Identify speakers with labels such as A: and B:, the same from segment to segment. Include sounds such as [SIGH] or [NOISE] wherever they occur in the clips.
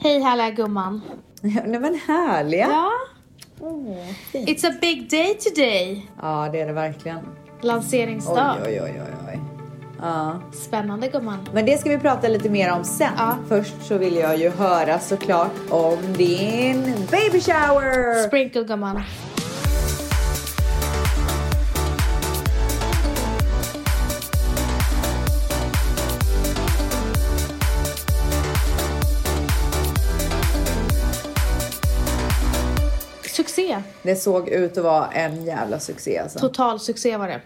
A: Hej härliga gumman.
B: Ja, Nej men härliga. Ja.
A: Ja.
B: fint.
A: Oh, It's a big day today.
B: det är det verkligen. Oj,
A: Lanseringsdag.
B: oj, oj, oj, oj. Ja.
A: Spännande gumman.
B: Men det ska vi prata lite mer om sen.
A: Ja.
B: Först så vill jag ju höra såklart om din baby shower.
A: Sprinkle gumman. Succé.
B: Det såg ut att vara en jävla succé alltså.
A: Total succé var det.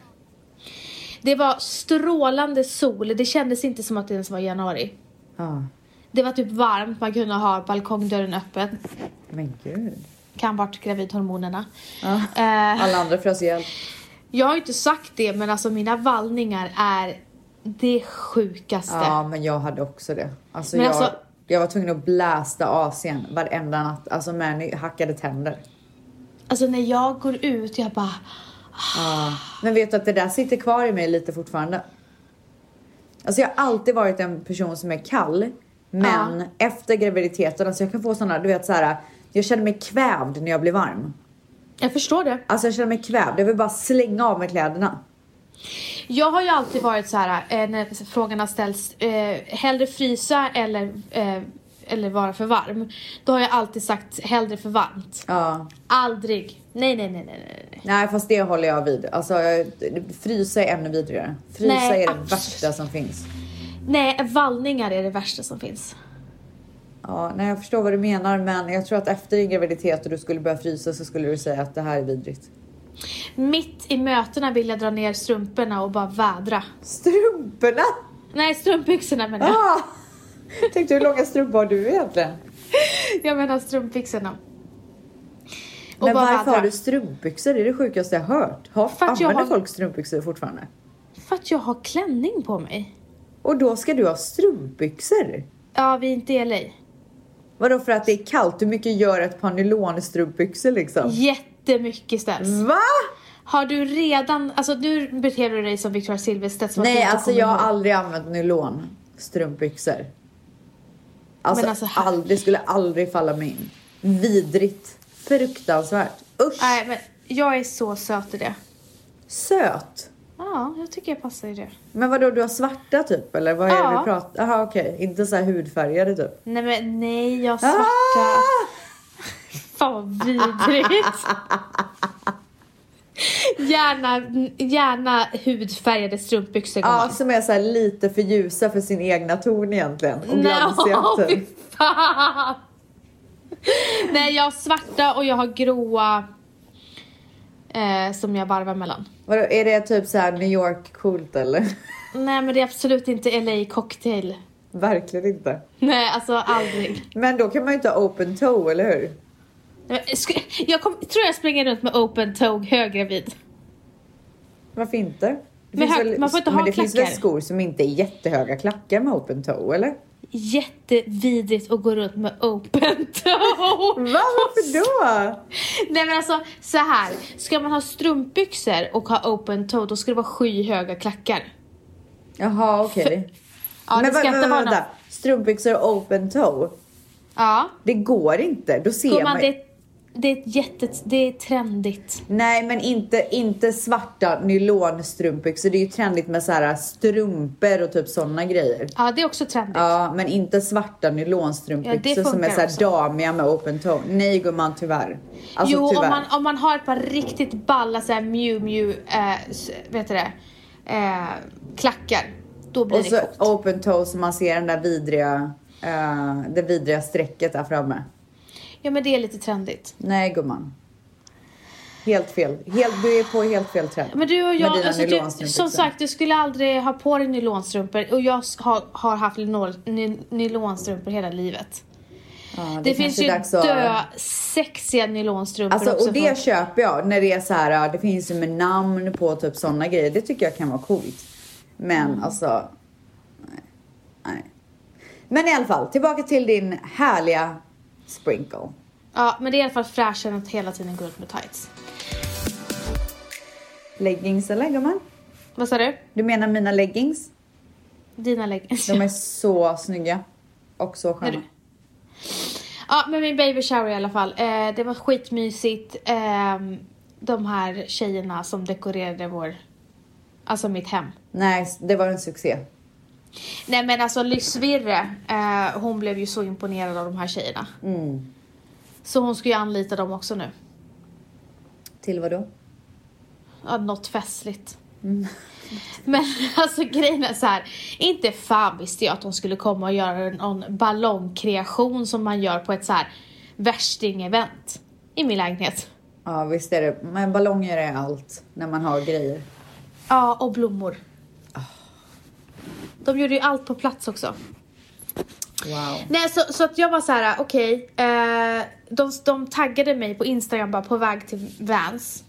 A: Det var strålande sol. Det kändes inte som att det ens var januari.
B: Ja.
A: Det var typ varmt. Man kunde ha balkongdörren öppen.
B: Men gud.
A: Kan vart gravidhormonerna.
B: Ja.
A: Eh,
B: Alla andra frös ihjäl.
A: jag har ju inte sagt det men alltså mina vallningar är det sjukaste.
B: Ja, men jag hade också det. Alltså,
A: Men
B: jag,
A: alltså-
B: jag var tvungen att blästa AC'n varenda natt. Alltså med hackade tänder.
A: Alltså när jag går ut jag bara Ah.
B: Ja. Men vet du att det där sitter kvar i mig lite fortfarande. Alltså jag har alltid varit en person som är kall. Men efter graviditeten, alltså jag kan få sådana, du vet såhär. Jag känner mig kvävd när jag blir varm.
A: jag förstår det.
B: Alltså jag känner mig kvävd, jag vill bara slänga av mig kläderna.
A: Jag har ju alltid varit så här eh, när frågan har ställts, eh, hellre frysa eller, eh, eller vara för varm. Då har jag alltid sagt hellre för varmt.
B: Ja.
A: Aldrig. Nej, nej, nej, nej, nej. nej.
B: Nej fast det håller jag vid. Alltså jag, frysa är ännu vidrigare. Frysa
A: Nej,
B: är det
A: absolut.
B: värsta som finns.
A: Nej, vallningar är det värsta som finns.
B: Ja, nej jag förstår vad du menar men jag tror att efter din graviditet och du skulle börja frysa så skulle du säga att det här är vidrigt.
A: Mitt i mötena vill jag dra ner strumporna och bara vädra.
B: Strumporna!
A: Nej, strumpbyxorna menar jag.
B: Ah! [LAUGHS] Tänkte hur långa strumpor har du egentligen?
A: Jag menar strumpbyxorna. Och
B: Men
A: bara
B: varför
A: vädra.
B: har du strumpbyxor? Det är det sjukaste jag hört. Har,
A: För att jag
B: använder
A: har-
B: folk strumpbyxor fortfarande?
A: För att jag har klänning på mig.
B: Och då ska du ha strumpbyxor?
A: Ja, vi är inte i LA.
B: Vadå för att det är kallt? Hur mycket gör ett par nylonstrumpbyxor liksom?
A: Jättemycket ställs.
B: Va?
A: Har du redan, alltså nu beter du dig som Victoria Silvstedt som att du
B: Nej
A: inte
B: alltså
A: kommer
B: jag har
A: ihåg.
B: aldrig använt nylonstrumpbyxor. Alltså,
A: Men alltså, här-
B: aldrig, det skulle aldrig falla mig in. Vidrigt. Fruktansvärt. Usch.
A: Nej men jag är så söt i det.
B: Söt.
A: Ja, jag tycker jag passar i det.
B: Men vadå, du har svarta typ eller vad är det
A: Ja.
B: du pratar? Jaha okej, inte så här hudfärgade typ.
A: Nej men nej,
B: Ah!
A: jag har svarta. Fan vad vidrigt. Gärna, gärna hudfärgade strumpbyxor
B: Ja,
A: gumman.
B: som är så här lite för ljusa för sin egna ton egentligen. Och glansiga
A: Nej, fy [LAUGHS]
B: typ.
A: fan. Nej, jag har svarta och jag har gråa eh, som jag varvar mellan.
B: Vadå, är det typ så här New York coolt eller? [LAUGHS]
A: Nej men det är absolut inte LA cocktail.
B: Verkligen inte.
A: Nej, alltså aldrig.
B: Men då kan man ju inte ha open toe, eller hur?
A: Nej, men ska- Jag kom, tror jag springer runt med open toe högravid.
B: Varför inte? Det
A: Men
B: finns
A: hög- man får inte
B: men
A: ha
B: det finns väl
A: klackar?
B: skor som inte är jättehöga klackar med open
A: [LAUGHS]
B: toe, eller?
A: Jättevidrigt att gå runt med open
B: [LAUGHS]
A: toe.
B: Va? Varför då?
A: Nej men alltså så här. ska man ha strumpbyxor och ha open toe då ska det vara skyhöga klackar.
B: Jaha, okej.
A: Ja, det
B: men
A: ska
B: vä-
A: inte
B: vä-
A: vara
B: vänta,
A: någon...
B: strumpbyxor och open toe.
A: Ja.
B: Det går inte. Då ser
A: Gumman,
B: man...
A: det, det är ett jätte... Det är trendigt.
B: Nej, men inte, inte svarta nylonstrumpbyxor. Det är ju trendigt med så här strumpor och typ sådana grejer.
A: Ja, det är också trendigt.
B: Ja, men inte svarta
A: Ja,
B: nylonstrumpbyxor
A: det
B: som är
A: funkar
B: så här
A: också.
B: damiga med open toe. Nej gumman, tyvärr. Alltså
A: jo,
B: tyvärr.
A: om man, om man har ett par riktigt balla såhär Miu Miu, eh, s- vet du det, eh, klackar. Då blir
B: Och så
A: det coolt.
B: open toe så man ser den där vidriga, eh, det vidriga strecket där framme.
A: Ja, men det är lite trendigt.
B: Nej gumman. Helt fel. Helt, du är på helt fel träd.
A: Men du och
B: Med
A: jag,
B: dina
A: alltså, du,
B: nylonstrumpbyxor.
A: som sagt, du skulle aldrig ha på dig nylonstrumpor och jag s- har, har haft nylon, ny, nylonstrumpor hela livet.
B: Ja,
A: Det,
B: kanske
A: finns
B: är
A: ju
B: dags att-
A: dö sexiga nylonstrumpor
B: Alltså,
A: också.
B: och det köper jag när det är så här, ja, det finns ju med namn på typ sådana grejer. Det tycker jag kan vara coolt. Men alltså, nej. nej. Men i alla fall, tillbaka till din härliga sprinkle.
A: Ja, men det är i alla fall fräschare än att hela tiden gå ut med tights.
B: Leggings eller gumman?
A: Vad sa du?
B: Du menar mina leggings?
A: Dina leggings.
B: De är så snygga. Och så
A: När
B: sköna.
A: du, [LAUGHS] Ja, men min baby shower i alla fall. Eh, det var skitmysigt. Eh, de här tjejerna som dekorerade vår, alltså mitt hem.
B: Nej, det var en succé.
A: Nej men alltså Lyssvirre, eh, hon blev ju så imponerad av de här tjejerna.
B: Mm.
A: Så hon ska ju anlita dem också nu.
B: Till vad då?
A: Ja, något festligt. [LAUGHS] Men alltså grejen är så här, inte fan visste jag att hon skulle komma och göra någon ballongkreation som man gör på ett så här värsting-event i min lägenhet.
B: Ja, visst är det. Men ballonger är allt när man har grejer.
A: Ja, och blommor. De gjorde ju allt på plats också.
B: Wow.
A: Nej, så, så att jag var så här, okej. eh, de, de taggade mig på Instagram bara på väg till Vans.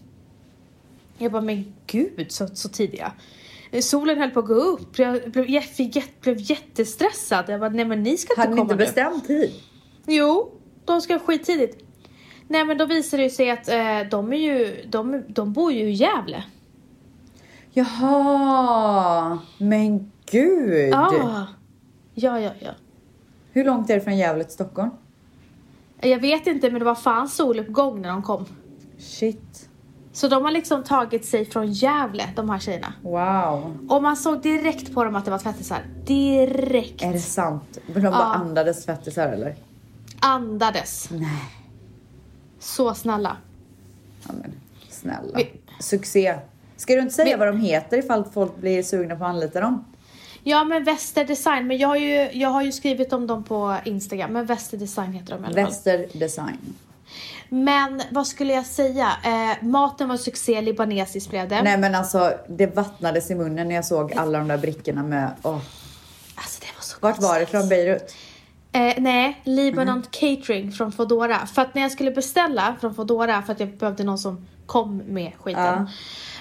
A: Jag bara, men gud så, så tidiga. Eh, Solen höll på att gå upp. Jag blev, jag fick, jätt- blev jättestressad. Jag bara, nej men ni ska inte
B: Hade ni
A: komma
B: inte
A: nu.
B: bestämt tid?
A: Jo, de ska skittidigt. Nej men då visade det sig att eh, de, är ju, de, de bor ju i Gävle.
B: Jaha, men gud.
A: Ah. Ja, ja, ja.
B: Hur långt är det från Gävle till Stockholm?
A: Jag vet inte men det var fan soluppgång när de kom.
B: Shit.
A: Så de har liksom tagit sig från Gävle, de här tjejerna.
B: Wow.
A: Och man såg direkt på dem att det var tvättisar. Direkt.
B: Är det sant? Men de bara
A: Ja.
B: andades svettisar eller?
A: Andades.
B: Nej.
A: Så snälla.
B: Ja, men, snälla.
A: Vi-
B: Succé. Ska du inte säga
A: Vi-
B: vad de heter ifall folk blir sugna på att anlita dem?
A: Ja men Väster Design, men jag har, ju, jag har ju skrivit om dem på Instagram. Men Väster Design heter de i alla fall.
B: Väster Design.
A: Men vad skulle jag säga? Eh, maten var succé, libanesiskt blev det.
B: Nej men alltså, det vattnades i munnen när jag såg alla de där brickorna med... Åh.
A: Alltså det var så
B: Vart var det från Beirut?
A: Eh, nej, Libanon
B: Mhm.
A: Catering från Foodora. För att när jag skulle beställa från Foodora för att jag behövde någon som kom med skiten.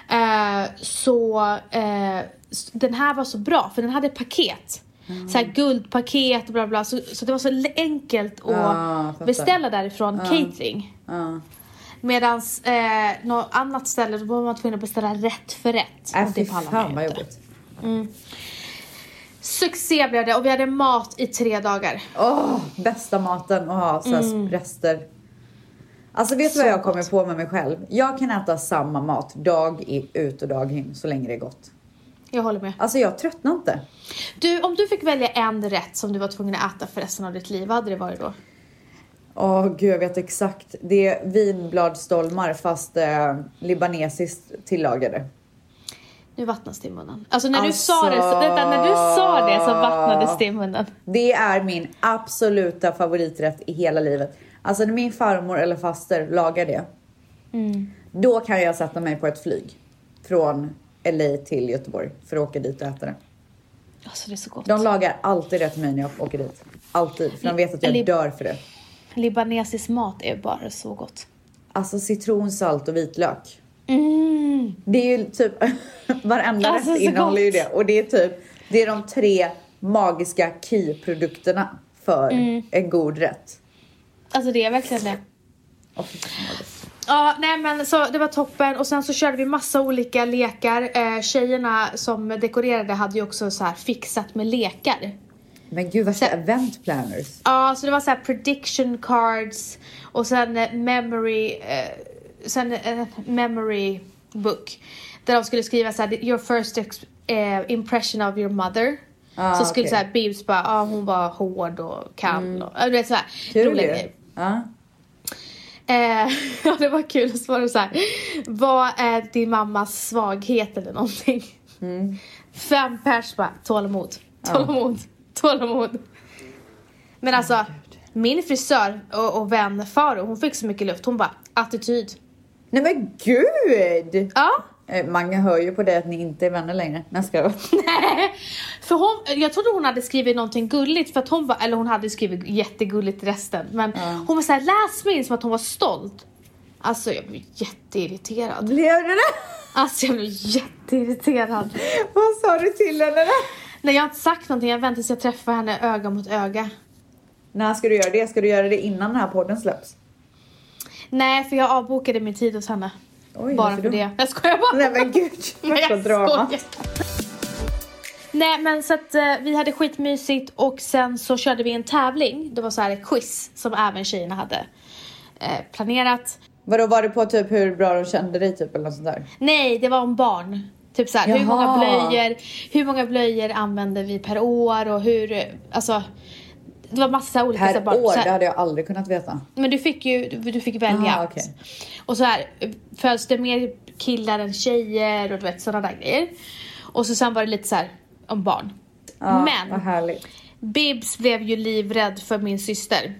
A: Eh, så eh, s- den här var så bra för den hade paket.
B: Mm.
A: Så här guldpaket och bla bla. Så, så det var så l- enkelt att
B: Ja, fattar.
A: beställa därifrån catering.
B: Ja.
A: Medan eh, något annat ställe då var man tvungen att beställa rätt för rätt.
B: Äh,
A: Och
B: fy
A: pallar man
B: fan
A: ju
B: vad
A: inte.
B: jobbigt.
A: Succé blev det och vi hade mat i tre dagar.
B: Åh, bästa maten att ha så här rester. Alltså vet du vad
A: Så
B: jag kommer på med mig själv? Jag kan äta samma mat dag i- ut och dag in så länge det är gott.
A: Jag håller med.
B: Alltså jag tröttnar inte.
A: Du, om du fick välja en rätt som du var tvungen att äta för resten av ditt liv, vad hade det varit då?
B: Åh gud, jag vet exakt. Det är vinbladstolmar fast eh, libanesiskt tillagade.
A: Nu vattnas det i munnen. Alltså när du
B: Alltså-
A: sa det, så, vänta, när du sa det så vattnades det i munnen.
B: Det är min absoluta favoriträtt i hela livet. Alltså när min farmor eller faster lagar det. Då kan jag sätta mig på ett flyg. Från LA till Göteborg för att åka dit och äta det.
A: Alltså det är så gott.
B: De lagar alltid det till mig när jag åker dit. Alltid. För de vet att
A: Eller-
B: jag dör för det.
A: Libanesisk mat är bara så gott.
B: Alltså citron, salt och vitlök.
A: Mm.
B: Det är ju typ [LAUGHS] varenda
A: Alltså,
B: rätt
A: så
B: innehåller ju
A: gott.
B: det. Och det är typ, det är de tre magiska key-produkterna för
A: Mm.
B: en god rätt.
A: Alltså det är verkligen det.
B: Åh, fy fan vad gott.
A: Ja, nej men så det var toppen och sen så körde vi massa olika lekar. Eh, tjejerna som dekorerade hade ju också så här fixat med lekar.
B: Men gud värsta event planners.
A: Ja, så det var så här prediction cards och sen eh, memory, eh, sen eh, memory book. Där de skulle skriva så här, your first ex- eh, impression of your mother.
B: Ah,
A: så skulle
B: okej.
A: så
B: Mm.
A: här Bibs bara, ah, hon var hård och kall och, äh, du vet så här,
B: Kul
A: roliga
B: ju.
A: grejer.
B: Ja.
A: Eh, [LAUGHS] ja, det var kul. Och så var det så här, vad är din mammas svaghet eller någonting? Fem pers bara, tålamod, tålamod, tålamod. Men alltså, min frisör och, och vän Faro, hon fick så mycket luft. Hon bara, attityd.
B: Nej men gud!
A: Ja,
B: Eh, Mange hör ju på det att ni inte är vänner längre. Nej, ska jag
A: [LAUGHS] för hon, jag trodde hon hade skrivit någonting gulligt för att hon var, eller hon hade skrivit jättegulligt resten. Men hon var såhär, läs min som att hon var stolt. Alltså jag blev jätteirriterad.
B: Blev det det?
A: Alltså jag blev jätteirriterad.
B: [LAUGHS] Vad sa du till henne då?
A: Nej jag har inte sagt någonting, jag väntar tills jag träffar henne öga mot öga.
B: När ska du göra det? Ska du göra det innan den här podden släpps?
A: Nej för jag avbokade min tid hos henne.
B: Oj,
A: bara
B: varför
A: för [LAUGHS]
B: då?
A: det. Jag skojar bara.
B: Nej men gud,
A: Nej,
B: värsta
A: jag
B: drama.
A: skojar. Nej men så att eh, vi hade skitmysigt och sen så körde vi en tävling. Det var så här ett quiz som även tjejerna hade eh, planerat.
B: Vadå var det på typ hur bra de kände dig typ eller något sånt där?
A: Nej, det var om barn. Typ så här, hur
B: Jaha.
A: många blöjor, hur många blöjor använder vi per år och hur, eh, alltså det var massa så här olika så här
B: Per
A: barn.
B: år,
A: så
B: det
A: här,
B: hade jag aldrig kunnat veta.
A: men du fick ju, du, du fick välja.
B: Aha, Ah, okej.
A: Och så här, föds det mer killar än tjejer och du vet sådana där grejer. Och så sen var det lite så här om barn.
B: Ja, Ah, Vad
A: men
B: härligt.
A: Bibs blev ju livrädd för min syster.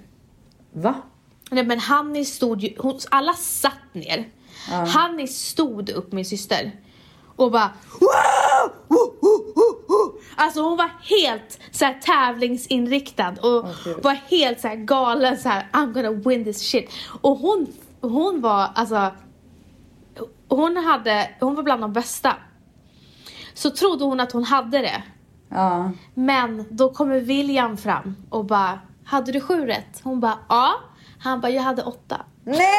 B: Va?
A: Nej men Hanni stod ju, hon, alla satt ner. Hanni stod upp min syster. Och bara "Wow! Woo, woo, woo, woo." Alltså hon var helt så här, tävlingsinriktad och
B: Gud.
A: var helt så här, galen så här I'm gonna win this shit. Och hon, hon var alltså hon, hade, hon var bland de bästa. Så trodde hon att hon hade det.
B: Ja.
A: Men då kommer William fram och bara, hade du sju rätt? Hon bara, ja. Han bara, jag hade åtta. [LAUGHS]
B: Nej!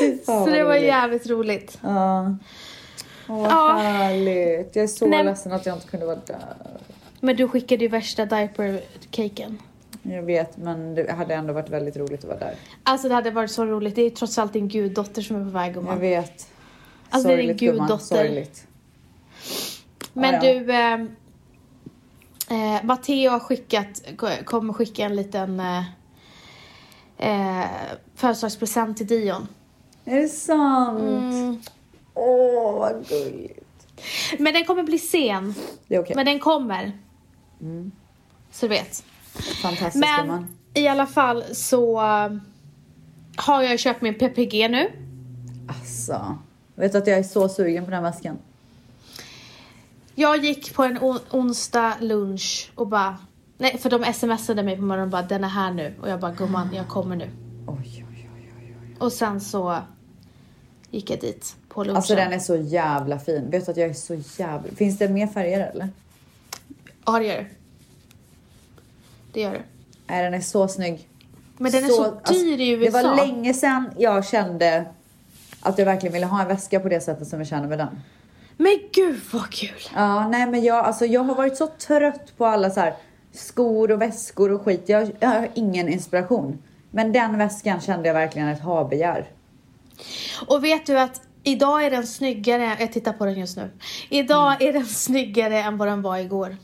B: Fy fan,
A: Så det
B: vad
A: var
B: roligt.
A: jävligt roligt.
B: Ja. Åh, vad
A: Ja.
B: härligt. Jag är så
A: Nej, men-
B: ledsen att jag inte kunde vara där.
A: Men du skickade ju värsta diaper-caken.
B: Jag vet, men det hade ändå varit väldigt roligt att vara där.
A: Alltså det hade varit så roligt. Det är ju trots allt din guddotter som är på väg
B: Jag
A: gumman.
B: vet.
A: Alltså, det är din
B: Sorgligt, gumman.
A: guddotter.
B: Sorgligt.
A: Men
B: Ja, ja.
A: du, eh, eh, Matteo har skickat, kommer skicka en liten eh, eh, födelsedagspresent till Dion.
B: Är det sant?
A: Mm.
B: Åh, vad gulligt.
A: Men den kommer bli sen.
B: Det är okej. Mm.
A: Men den kommer. Så du vet.
B: Fantastiskt
A: Men
B: gumman.
A: i alla fall så eh, har jag köpt min PPG nu.
B: Alltså. Vet du att jag är så sugen på den här väskan?
A: Jag gick på en on- onsdag lunch och bara... Nej, för de smsade mig på morgonen och bara den är här nu. Och jag bara gumman, jag kommer nu.
B: Oj, oj, oj, oj. oj.
A: Och sen så gick jag dit på lunchen.
B: Alltså den är så jävla fin. Vet du att jag är så jävla... Finns det mer färger eller?
A: Ja, det gör det. Det gör det.
B: Nej, den är så snygg.
A: Men den är så dyr i USA.
B: alltså, Det var länge sedan jag kände att jag verkligen ville ha en väska på det sättet som jag känner med den.
A: Men gud vad kul!
B: Ja, nej men jag, alltså, jag har varit så trött på alla så här skor och väskor och skit. Jag, jag har ingen inspiration. Men den väskan kände jag verkligen ett ha-begär.
A: Och vet du att idag är den snyggare, jag tittar på den just nu. Idag
B: Mm.
A: är den snyggare än vad den var igår.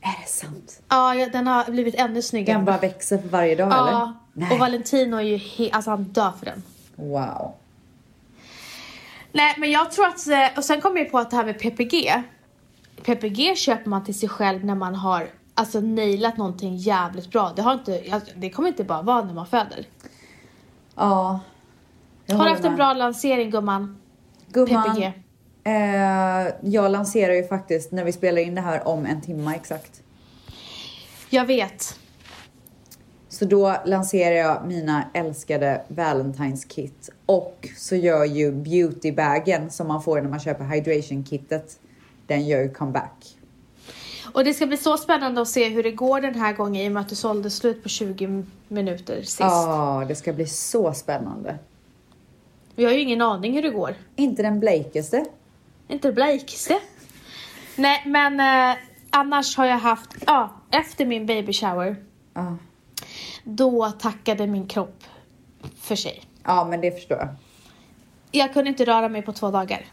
B: Är det sant?
A: Ja, jag- den har blivit ännu snyggare.
B: Den bara växer för varje dag eller?
A: Ja, och
B: Nej.
A: Valentino är ju he- alltså han dör för den.
B: Wow.
A: Nej, men jag tror att, eh, och sen kom jag på att det här med PPG. PPG köper man till sig själv när man har alltså nailat någonting jävligt bra. Det, har inte, alltså, det kommer inte bara vara när man föder.
B: Ja. Jag
A: Har du
B: håller
A: haft en
B: med.
A: bra lansering gumman?
B: Gumman,
A: PPG?
B: Eh, jag lanserar ju faktiskt när vi spelar in det här om en timme exakt.
A: Jag vet.
B: Så då lanserar jag mina älskade Valentine's kit och så gör ju beautybagen som man får när man köper hydration kitet. Den gör ju comeback.
A: Och det ska bli så spännande att se hur det går den här gången i och med att du sålde slut på 20 minuter sist.
B: Ja, det ska bli så spännande.
A: Vi har ju ingen aning hur det går.
B: Inte den blekaste.
A: Inte blekaste. Nej, men eh, annars har jag haft, ja, efter min baby shower,
B: Ja,
A: då tackade min kropp för sig.
B: ja men det förstår jag.
A: Jag kunde inte röra mig på två dagar.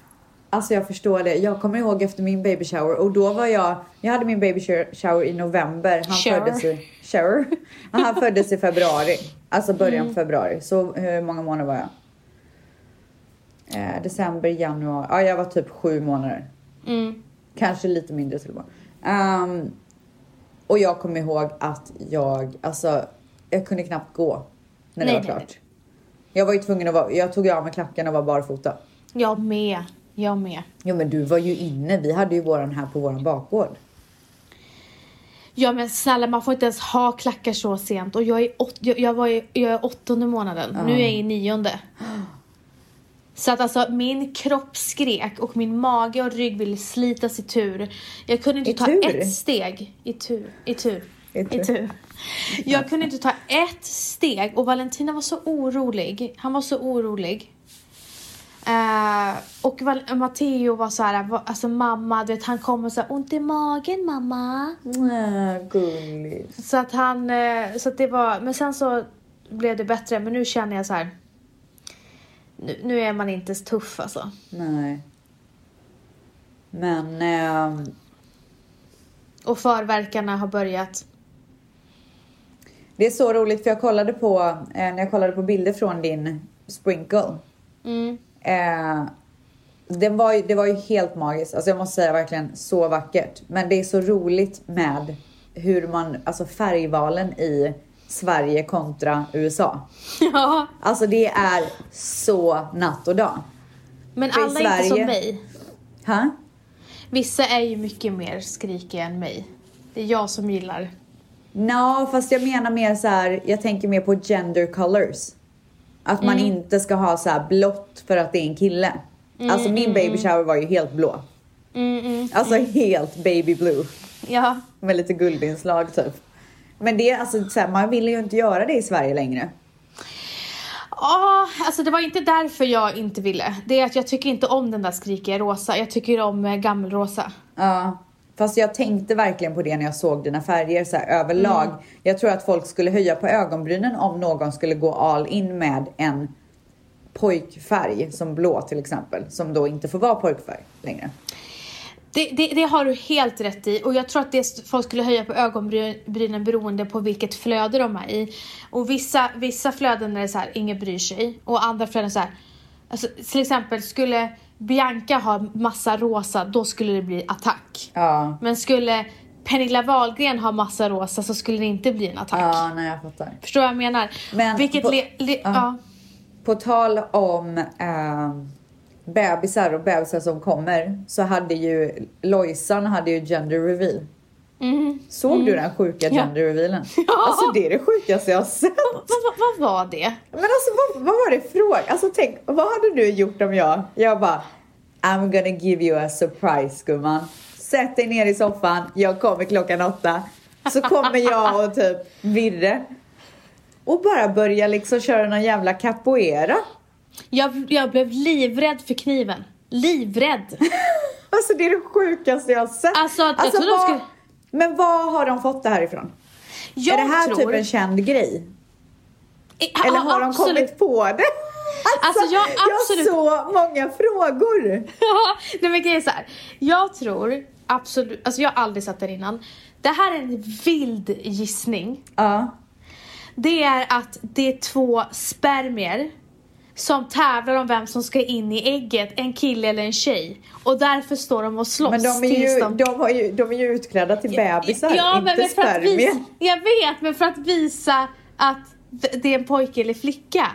B: Alltså jag förstår det. Jag kommer ihåg efter min baby shower och då var jag, jag hade min baby sho- shower i november. Han
A: Shower.
B: föddes i, shower. [LAUGHS] Han föddes i februari, alltså början
A: Mm.
B: på februari. Så hur många månader var jag? Eh, december, januari, ja jag var typ sju månader.
A: Mm.
B: Kanske lite mindre till och med. Ehm, och jag kommer ihåg att jag, alltså jag kunde knappt gå när det
A: Nej,
B: var
A: nej,
B: klart. Jag var ju tvungen att vara, jag tog ju av mig klackarna och var barfota.
A: Jag med. Jag med.
B: Jo men du var ju inne, vi hade ju våran här på våran bakgård.
A: Ja men snälla man får inte ens ha klackar så sent och jag är, åt, jag, jag var i, jag är åttonde månaden, nu är jag i nionde. Så att alltså min kropp skrek och min mage och rygg ville slitas i tur. Jag kunde inte
B: I
A: ta
B: tur?
A: ett steg i tur. I tur.
B: I tur.
A: Jag kunde inte ta ett steg och Valentina var så orolig. Han var så orolig. Eh, och Val- Matteo var så här, va- alltså mamma, du vet, han kommer så här, ont i magen mamma.
B: Mm, gulligt.
A: Så att han, eh, så att det var, men sen så blev det bättre. Men nu känner jag så här, nu, nu är man inte så tuff alltså.
B: Nej. Men... ehm,
A: Och förverkarna har börjat.
B: Det är så roligt för jag kollade på, eh, när jag kollade på bilder från din sprinkle.
A: Mm. [LAUGHS]
B: Eh, den var ju, det var ju helt magiskt. Alltså jag måste säga verkligen så vackert. Men det är så roligt med hur man, alltså färgvalen i Sverige kontra USA.
A: Ja,
B: Alltså det är så natt och dag.
A: men
B: För i
A: alla är inte som
B: Sverige-
A: mig.
B: Ha?
A: Vissa är ju mycket mer skrikiga än mig. Det är jag som gillar.
B: Nå, fast jag menar mer så här, jag tänker mer på gender colors. Att man inte ska ha så här blått för att det är en kille. alltså min baby shower var ju helt blå.
A: Mm, mm.
B: Alltså helt baby blue.
A: Ja.
B: Med lite guldinslag typ. Men det, är alltså så här, man vill ju inte göra det i Sverige längre.
A: Ja, alltså det var inte därför jag inte ville. Det är att jag tycker inte om den där skrikiga rosa. Jag tycker om eh, gammelrosa.
B: Ja. Fast jag tänkte verkligen på det när jag såg dina färger så här, överlag.
A: Mm.
B: Jag tror att folk skulle höja på ögonbrynen om någon skulle gå all in med en pojkfärg som blå till exempel. Som då inte får vara pojkfärg längre.
A: Det, det, det har du helt rätt i. Och jag tror att det s- folk skulle höja på ögonbrynen beroende på vilket flöde de är i. Och vissa, vissa flöden är det så här, ingen bryr sig. Och andra flöden så här, alltså, till exempel skulle Bianca ha massa rosa, då skulle det bli attack.
B: Ja.
A: Men skulle Pernilla Wahlgren ha massa rosa så skulle det inte bli en attack.
B: Ja, nej jag fattar.
A: Förstår vad jag menar?
B: Men
A: Vilket
B: på-
A: le, le,
B: ja.
A: ja.
B: På tal om eh, bebisar och bebisar som kommer så hade ju Lojsan hade ju gender reveal.
A: Mm.
B: Såg du den sjuka
A: Ja.
B: gender revealen?
A: [LAUGHS] Ja.
B: Alltså det är det sjukaste jag har sett.
A: Vad, vad, vad var det?
B: Men alltså vad, vad var det fråga? Alltså tänk, vad hade du gjort om jag, jag bara I'm gonna give you a surprise gumman. Sätt dig ner i soffan, jag kommer klockan åtta. Så kommer jag och typ Virre. Och bara börja liksom köra någon jävla capoeira.
A: Jag, jag blev livrädd för kniven.
B: [LAUGHS]
A: Livrädd!
B: Alltså det är det sjukaste jag har sett.
A: Alltså, jag trodde de
B: vad,
A: skulle-
B: Men vad har de fått det här ifrån?
A: Jag
B: är det här
A: tror...
B: typ en känd grej?
A: Ja,
B: Eller har de
A: absolut.
B: kommit på det?
A: Alltså, jag- absolut.
B: jag har så många frågor.
A: [LAUGHS] Nej men grejen är så här. Jag tror absolut, alltså jag har aldrig sett den innan. Det här är en vild gissning.
B: Ja.
A: Det är att det är två spermier som tävlar om vem som ska in i ägget, en kille eller en tjej. Och därför står de och slåss
B: Men de är,
A: tills
B: ju,
A: de...
B: de, har ju, de är ju utklädda till bebisar, inte
A: men för att
B: spermier.
A: visa, Jag vet, men för att visa att d- det är en pojke eller flicka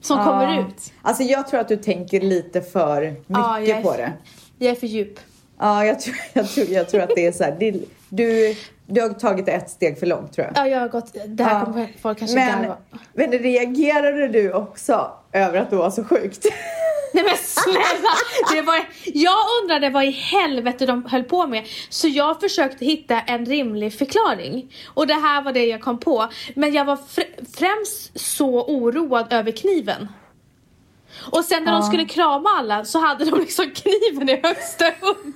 A: som
B: Ja.
A: kommer ut.
B: Alltså jag tror att du tänker lite för mycket
A: Ja, jag är-
B: på det.
A: Jag är för djup.
B: Ja, jag tror, [LAUGHS] jag tror, jag tror att det är så här. Det, du, du har tagit ett steg för långt tror jag.
A: Ja, jag har gått... Det här kommer folk kanske
B: men,
A: garva.
B: men reagerade du också över att det var så sjukt? [LAUGHS]
A: Nej men snälla! Det var, jag undrade vad i helvete de höll på med. Så jag försökte hitta en rimlig förklaring. Och det här var det jag kom på. Men jag var fr- främst så oroad över kniven. Och sen när de skulle krama alla så hade de liksom [LAUGHS] kniven i högsta hugg.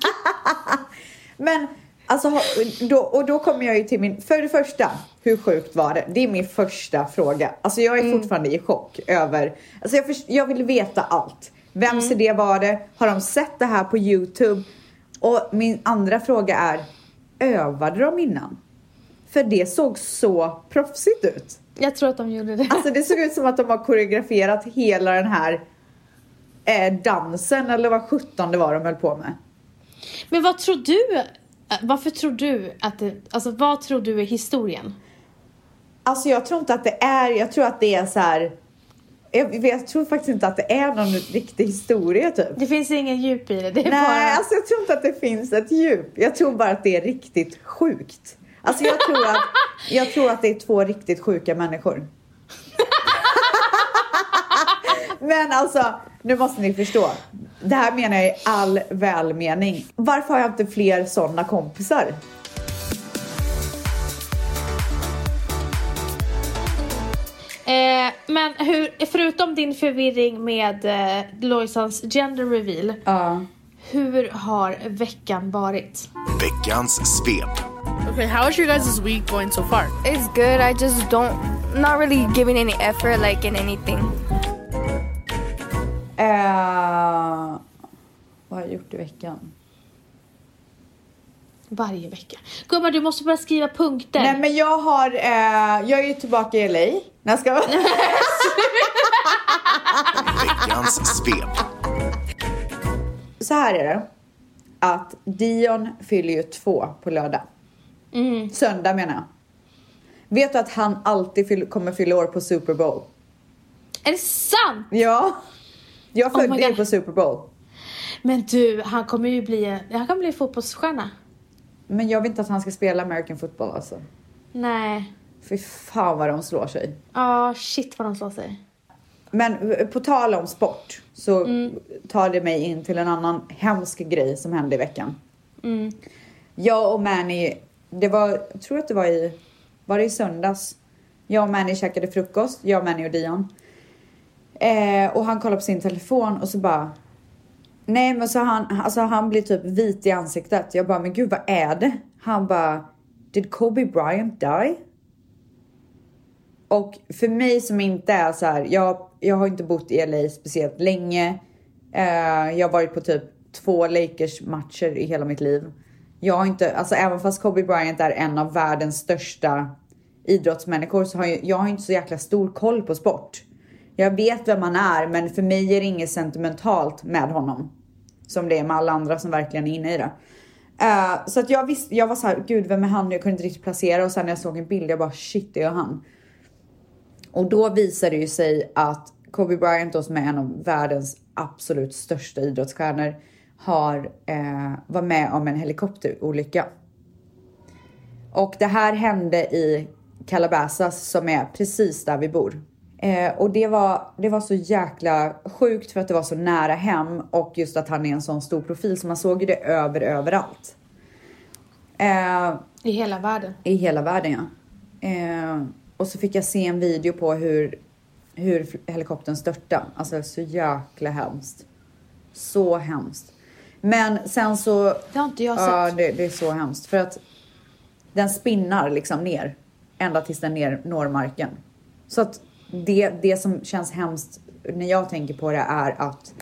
B: Men alltså, har- då, och då kommer jag ju till min, för det första, hur sjukt var det? Det är min första fråga. Alltså jag är fortfarande i chock över, alltså jag, förs- jag vill veta allt. Vems idé var det? Har de sett det här på Youtube? Och min andra fråga är, övade de innan? För det såg så proffsigt ut.
A: Jag tror att de gjorde det.
B: Alltså det såg ut som att de har koreograferat hela den här eh, dansen eller vad sjutton det var de höll på med.
A: Men vad tror du? eh, Varför tror du att det, alltså vad tror du är historien?
B: Alltså jag tror inte att det är, jag tror att det är så här. Jag, jag tror faktiskt inte att det är någon riktig historia typ.
A: Det finns ingen djup i det. Det är bara...
B: Nej, alltså jag tror inte att det finns ett djup. Jag tror bara att det är riktigt sjukt. Alltså jag tror
A: [LAUGHS]
B: att, jag tror att det är två riktigt sjuka människor. [LAUGHS] Men alltså, nu måste ni förstå. Det här menar jag i all välmening. Varför har jag inte fler sådana kompisar?
A: Eh, men hur, förutom din förvirring med eh, Lojsans gender reveal,
B: Ja.
A: hur har veckan varit?
C: Veckans svep.
D: Okay, how is your guys' week going so far?
E: It's good. I just don't, not really giving any effort like in anything.
B: Eh, vad har jag gjort i veckan?
A: Varje vecka. Gumman, du måste börja skriva punkter.
B: Nej men jag har, eh, jag är ju tillbaka i LA. När ska jag
A: [LAUGHS]
C: Veckans svep.
B: Så här är det. Att Dion fyller ju två på lördag.
A: Mm.
B: Söndag menar jag. Vet du att han alltid fyll, kommer fylla år på Super Bowl?
A: Är det sant?
B: Ja. Jag
A: Oh my
B: följde ju
A: God.
B: på Super Bowl.
A: Men du, han kommer ju bli, han kommer bli fotbollsstjärna.
B: Men jag vill inte att han ska spela American football alltså.
A: Nej.
B: Fy fan vad de slår sig.
A: Ja, shit vad de slår sig.
B: Men eh, på tal om sport så tar det mig in till en annan hemsk grej som hände i veckan. Jag och Manny, det var, jag tror att det var i, var det i söndags? Jag och Manny käkade frukost, jag, Manny och Dion. Eh, och han kollar på sin telefon och så bara Nej men så han, alltså han blir typ vit i ansiktet. Jag bara, men gud vad är det? Han bara, did Kobe Bryant die? Och för mig som inte är så här, jag, jag har inte bott i LA speciellt länge. Eh, jag har varit på typ två Lakers matcher i hela mitt liv. Jag har inte, alltså även fast Kobe Bryant är en av världens största idrottsmänniskor så har jag, jag har inte så jäkla stor koll på sport. Jag vet vem han är men för mig är det inget sentimentalt med honom. Som det är med alla andra som verkligen är inne i det. Eh, så att jag visste, jag var så här, gud vem är han? Jag kunde inte riktigt placera och sen när jag såg en bild jag bara shit det är han. Och då visar det ju sig att Kobe Bryant då, som är en av världens absolut största idrottsstjärnor har, eh, var med om en helikopterolycka. Och det här hände i Calabasas som är precis där vi bor. Eh, och det var, det var så jäkla sjukt för att det var så nära hem och just att han är en sån stor profil så man såg ju det över överallt. Eh,
A: I hela världen.
B: i hela världen ja. Eh, och så fick jag se en video på hur, hur fl- helikoptern störtade. Alltså så jäkla hemskt. Så hemskt. Men sen så...
A: Det har inte jag
B: Ja,
A: sett.
B: det, det är så hemskt. För att den spinnar liksom ner. Ända tills den ner, når marken. Så att det, det som känns hemskt när jag tänker på det är att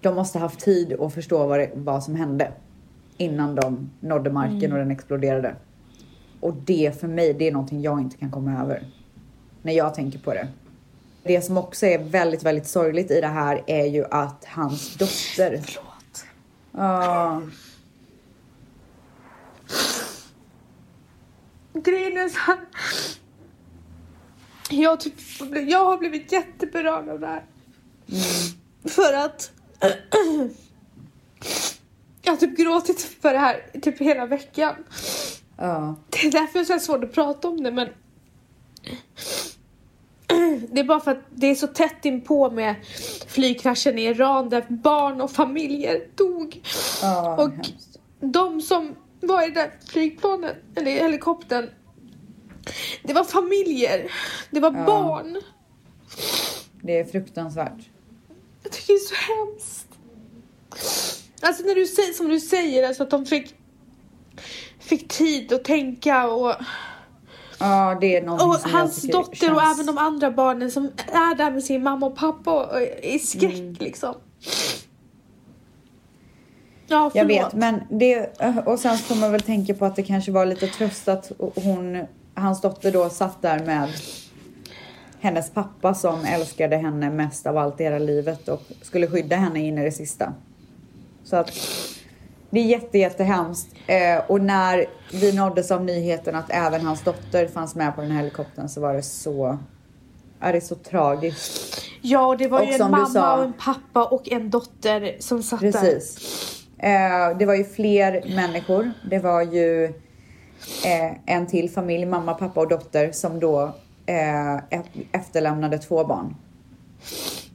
B: de måste haft tid att förstå vad, det, vad som hände. Innan de nådde marken
A: Mm.
B: och den exploderade. Och det för mig, det är någonting jag inte kan komma över. När jag tänker på det. Det som också är väldigt, väldigt sorgligt i det här är ju att hans dotter... Förlåt. Ja.
A: Grejen är så här. Jag, typ, jag har blivit jätteberörd av det här. För att jag har typ gråtit för det här typ hela veckan.
B: Ja.
A: Det är därför det är så här svårt att prata om det men det är bara för att det är så tätt inpå med flygkraschen i Iran där barn och familjer dog.
B: Ja,
A: Och-
B: hemskt.
A: De som var i det där flygplanet, eller i helikoptern, det var familjer, det var
B: Ja.
A: barn.
B: Det är fruktansvärt.
A: Jag tycker det är så hemskt. Alltså när du säger som du säger, alltså att de fick, fick tid att tänka och,
B: Ja, det är någonting
A: och
B: som
A: hans
B: jag tycker
A: dotter och
B: känns-
A: även de andra barnen som är där med sin mamma och pappa och, och i skräck
B: Mm.
A: liksom. Ja, förlåt.
B: Jag vet, men det... Och sen så får man väl tänka på att det kanske var lite tröst att hon... Hans dotter då satt där med hennes pappa som älskade henne mest av allt i hela livet och skulle skydda henne in i det sista. Så att det är jätte, jättehemskt. Eh, och när vi nåddes av nyheten att även hans dotter fanns med på den här helikoptern så var det så... Ja, det är så tragiskt.
A: Ja, och det var
B: Och
A: ju en
B: som du
A: mamma
B: sa-
A: och en pappa och en dotter som satt där.
B: Precis. Eh, det var ju fler människor. Det var ju eh, en till familj, mamma, pappa och dotter som då eh, e- efterlämnade två barn.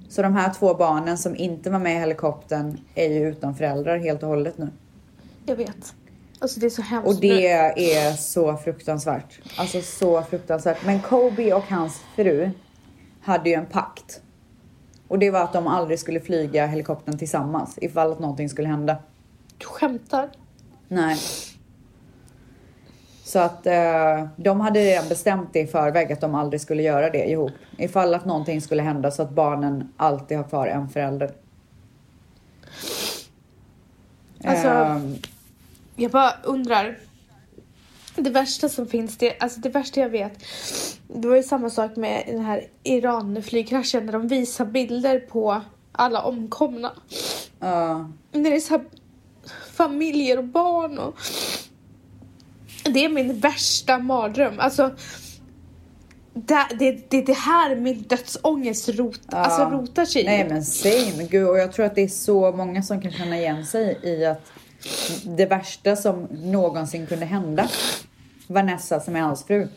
B: Så de här två barnen som inte var med i helikoptern är ju utan föräldrar helt och hållet nu.
A: Jag vet. Alltså det är så hemskt.
B: Och det är så fruktansvärt. Alltså så fruktansvärt. Men Kobe och hans fru hade ju en pakt. Och det var att de aldrig skulle flyga helikoptern tillsammans ifall att någonting skulle hända.
A: Du skämtar?
B: Nej. Så att eh, de hade redan bestämt det i förväg att de aldrig skulle göra det ihop. Ifall att någonting skulle hända så att barnen alltid har kvar en förälder.
A: Alltså-
B: Ehm,
A: Jag bara undrar. Det värsta som finns, det, alltså det värsta jag vet. Det var ju samma sak med den här Iran-flygkraschen när de visar bilder på alla omkomna.
B: ja.
A: När det är så här familjer och barn och... Det är min värsta mardröm. Alltså, det, det, det, det här min dödsångest rot, alltså rotar sig i.
B: Nej men same. Gud, och jag tror att det är så många som kan känna igen sig i att det värsta som någonsin kunde hända Vanessa som är hans fru.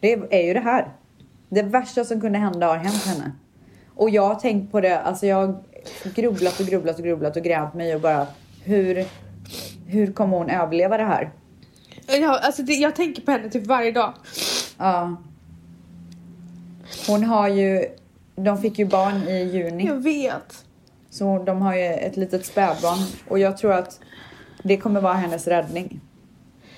B: Det är ju det här. Det värsta som kunde hända har hänt henne. Och jag har tänkt på det, alltså jag har grubblat och grubblat och grubblat och grävt mig och bara hur, hur kommer hon överleva det här?
A: Ja, alltså det, jag tänker på henne typ varje dag.
B: Ja. Hon har ju, de fick ju barn i juni.
A: Jag vet.
B: Så de har ju ett litet spädbarn och jag tror att det kommer vara hennes räddning.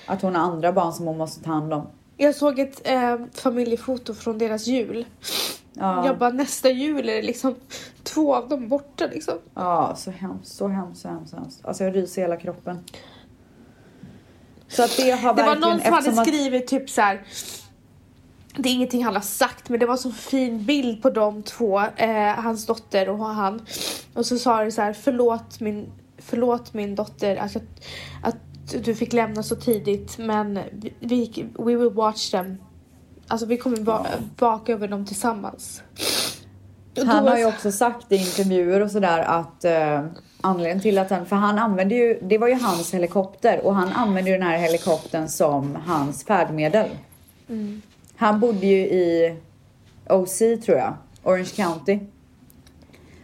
B: Att hon har andra barn som hon måste ta hand om.
A: Jag såg ett eh, familjefoto från deras jul.
B: Ja.
A: Jag bara nästa jul är det liksom två av dem borta liksom.
B: Ja, så hemskt, så hemskt, så hemskt, så hemskt. Alltså jag ryser i hela kroppen. Så att det har
A: Det var
B: verkligen...
A: någon som hade
B: eftersom att-
A: skrivit typ så här. Det är ingenting han har sagt men det var så fin bild på de två, eh, hans dotter och han. Och så sa det så här förlåt min, förlåt min dotter att, jag, att du fick lämna så tidigt men vi, vi, we will watch them. Alltså vi kommer ba- baka över dem tillsammans. Och
B: Han
A: då-
B: har ju också sagt i intervjuer och sådär att eh, anledningen till att han, för han använde ju, det var ju hans helikopter och han använde ju den här helikoptern som hans färdmedel.
A: Mm.
B: Han bodde ju i OC tror jag, Orange County.